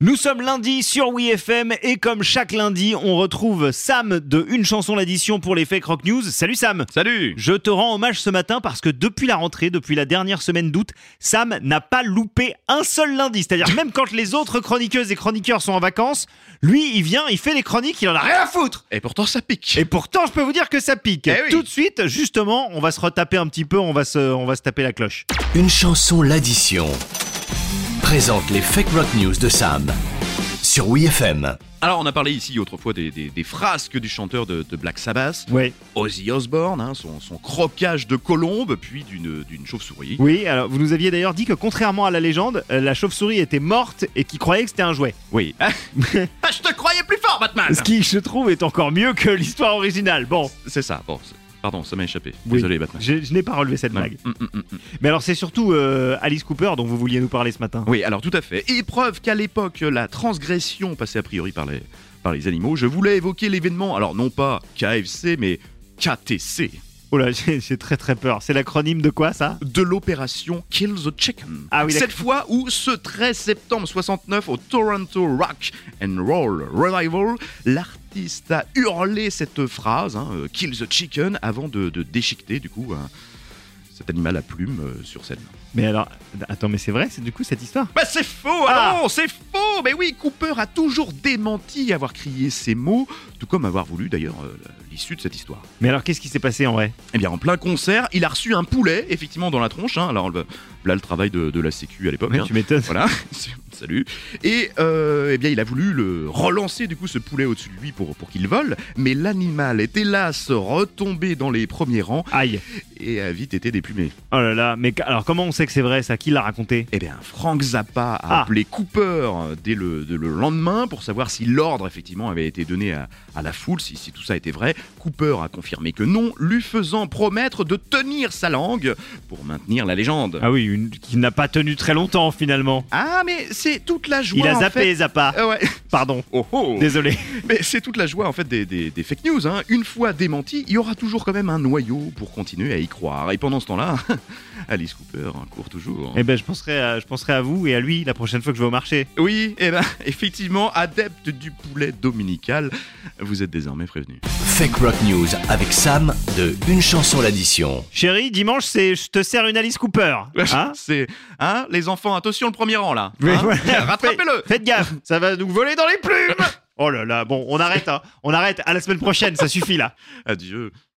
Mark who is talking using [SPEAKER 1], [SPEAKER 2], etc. [SPEAKER 1] Nous sommes lundi sur WeFM et comme chaque lundi, on retrouve Sam de Une chanson l'addition pour les fake rock news. Salut Sam
[SPEAKER 2] Salut
[SPEAKER 1] Je te rends hommage ce matin parce que depuis la rentrée, depuis la dernière semaine d'août, Sam n'a pas loupé un seul lundi. C'est-à-dire même quand les autres chroniqueuses et chroniqueurs sont en vacances, lui il vient, il fait les chroniques, il en a rien à foutre
[SPEAKER 2] Et pourtant ça pique
[SPEAKER 1] et pourtant, je peux vous dire que ça pique.
[SPEAKER 2] Eh oui.
[SPEAKER 1] Tout de suite, justement, on va se retaper un petit peu, on va se, on va se taper la cloche.
[SPEAKER 3] Une chanson l'addition présente les fake rock news de Sam sur WeFM.
[SPEAKER 2] Alors on a parlé ici autrefois des, des- des frasques du chanteur de, de Black Sabbath,
[SPEAKER 1] Ouais.
[SPEAKER 2] Ozzy Osbourne, hein, son, son croquage de colombe, puis d'une d'une chauve-souris.
[SPEAKER 1] Oui, alors vous nous aviez d'ailleurs dit que contrairement à la légende, euh, la chauve-souris était morte et qu'il croyait que c'était un jouet.
[SPEAKER 2] Oui. Ah, je te croyais plus fort Batman
[SPEAKER 1] Ce qui, je trouve, est encore mieux que l'histoire originale. Bon,
[SPEAKER 2] C'est ça, bon, c'est- pardon, ça m'a échappé.
[SPEAKER 1] Oui.
[SPEAKER 2] Désolé Batman.
[SPEAKER 1] je, je n'ai pas relevé cette blague.
[SPEAKER 2] Mm, mm, mm, mm.
[SPEAKER 1] Mais alors, c'est surtout euh, Alice Cooper dont vous vouliez nous parler ce matin.
[SPEAKER 2] Oui, alors tout à fait. Et preuve qu'à l'époque, la transgression passait a priori par les, par les animaux, je voulais évoquer l'événement, alors non pas KFC, mais KTC,
[SPEAKER 1] Oh là, j'ai j'ai très très peur. C'est l'acronyme de quoi ça
[SPEAKER 2] de l'opération Kill the Chicken.
[SPEAKER 1] Ah oui, d'accord.
[SPEAKER 2] Cette fois où, ce 13 septembre 69, au Toronto Rock and Roll Revival, l'artiste a hurlé cette phrase, hein, euh, Kill the Chicken, avant de, de déchiqueter du coup un- cet animal à plumes euh, sur scène.
[SPEAKER 1] Mais alors, attends, mais c'est vrai, c'est du coup cette histoire
[SPEAKER 2] Bah c'est faux,
[SPEAKER 1] Ah.
[SPEAKER 2] ah non, c'est faux Mais oui, Cooper a toujours démenti avoir crié ces mots, tout comme avoir voulu d'ailleurs euh, l'issue de cette histoire.
[SPEAKER 1] Mais alors, qu'est-ce qui s'est passé en vrai
[SPEAKER 2] Eh bien, en plein concert, il a reçu un poulet, effectivement, dans la tronche. hein. Alors le- là, le travail de, de la sécu à l'époque.
[SPEAKER 1] Ouais,
[SPEAKER 2] hein.
[SPEAKER 1] Tu m'étonnes.
[SPEAKER 2] Voilà, salut. Et euh, eh bien, il a voulu le relancer du coup ce poulet au-dessus de lui pour, pour qu'il vole, mais l'animal est hélas retombé dans les premiers rangs
[SPEAKER 1] Aïe.
[SPEAKER 2] et a vite été déplumé.
[SPEAKER 1] Oh là là, mais ca- alors comment on sait que c'est vrai ça Qui l'a raconté
[SPEAKER 2] Eh bien, Frank Zappa a
[SPEAKER 1] Ah.
[SPEAKER 2] appelé Cooper euh, dès le, de- le lendemain pour savoir si l'ordre effectivement avait été donné à, à la foule, si, si tout ça était vrai. Cooper a confirmé que non, lui faisant promettre de tenir sa langue pour maintenir la légende. Ah,
[SPEAKER 1] Ah oui, une qui n'a pas tenu très longtemps finalement.
[SPEAKER 2] mais c'est toute la joie.
[SPEAKER 1] Il a
[SPEAKER 2] en
[SPEAKER 1] zappé,
[SPEAKER 2] fait-
[SPEAKER 1] zappa.
[SPEAKER 2] Ah ouais.
[SPEAKER 1] Pardon.
[SPEAKER 2] Oh, oh.
[SPEAKER 1] Désolé.
[SPEAKER 2] Mais c'est toute la joie en fait des, des- des fake news. hein. Une fois démenti, il y aura toujours quand même un noyau pour continuer à y croire. Et pendant ce temps-là, Alice Cooper hein, court toujours.
[SPEAKER 1] Eh ben, je penserai, à, je penserai à vous et à lui la prochaine fois que je vais au marché.
[SPEAKER 2] Oui, eh ben, effectivement, adepte du poulet dominical, vous êtes désormais prévenu.
[SPEAKER 3] Fake rock news avec Sam de Une chanson l'addition.
[SPEAKER 1] Chérie, dimanche, c'est je te sers une Alice Cooper. Hein
[SPEAKER 2] C'est, hein, les enfants, attention le premier rang là.
[SPEAKER 1] Oui,
[SPEAKER 2] Hein
[SPEAKER 1] voilà.
[SPEAKER 2] Rattrapez-le.
[SPEAKER 1] Faites gaffe, ça va nous voler dans les plumes. Oh là là, bon, on arrête, hein. on arrête. À la semaine prochaine, ça suffit là.
[SPEAKER 2] Adieu.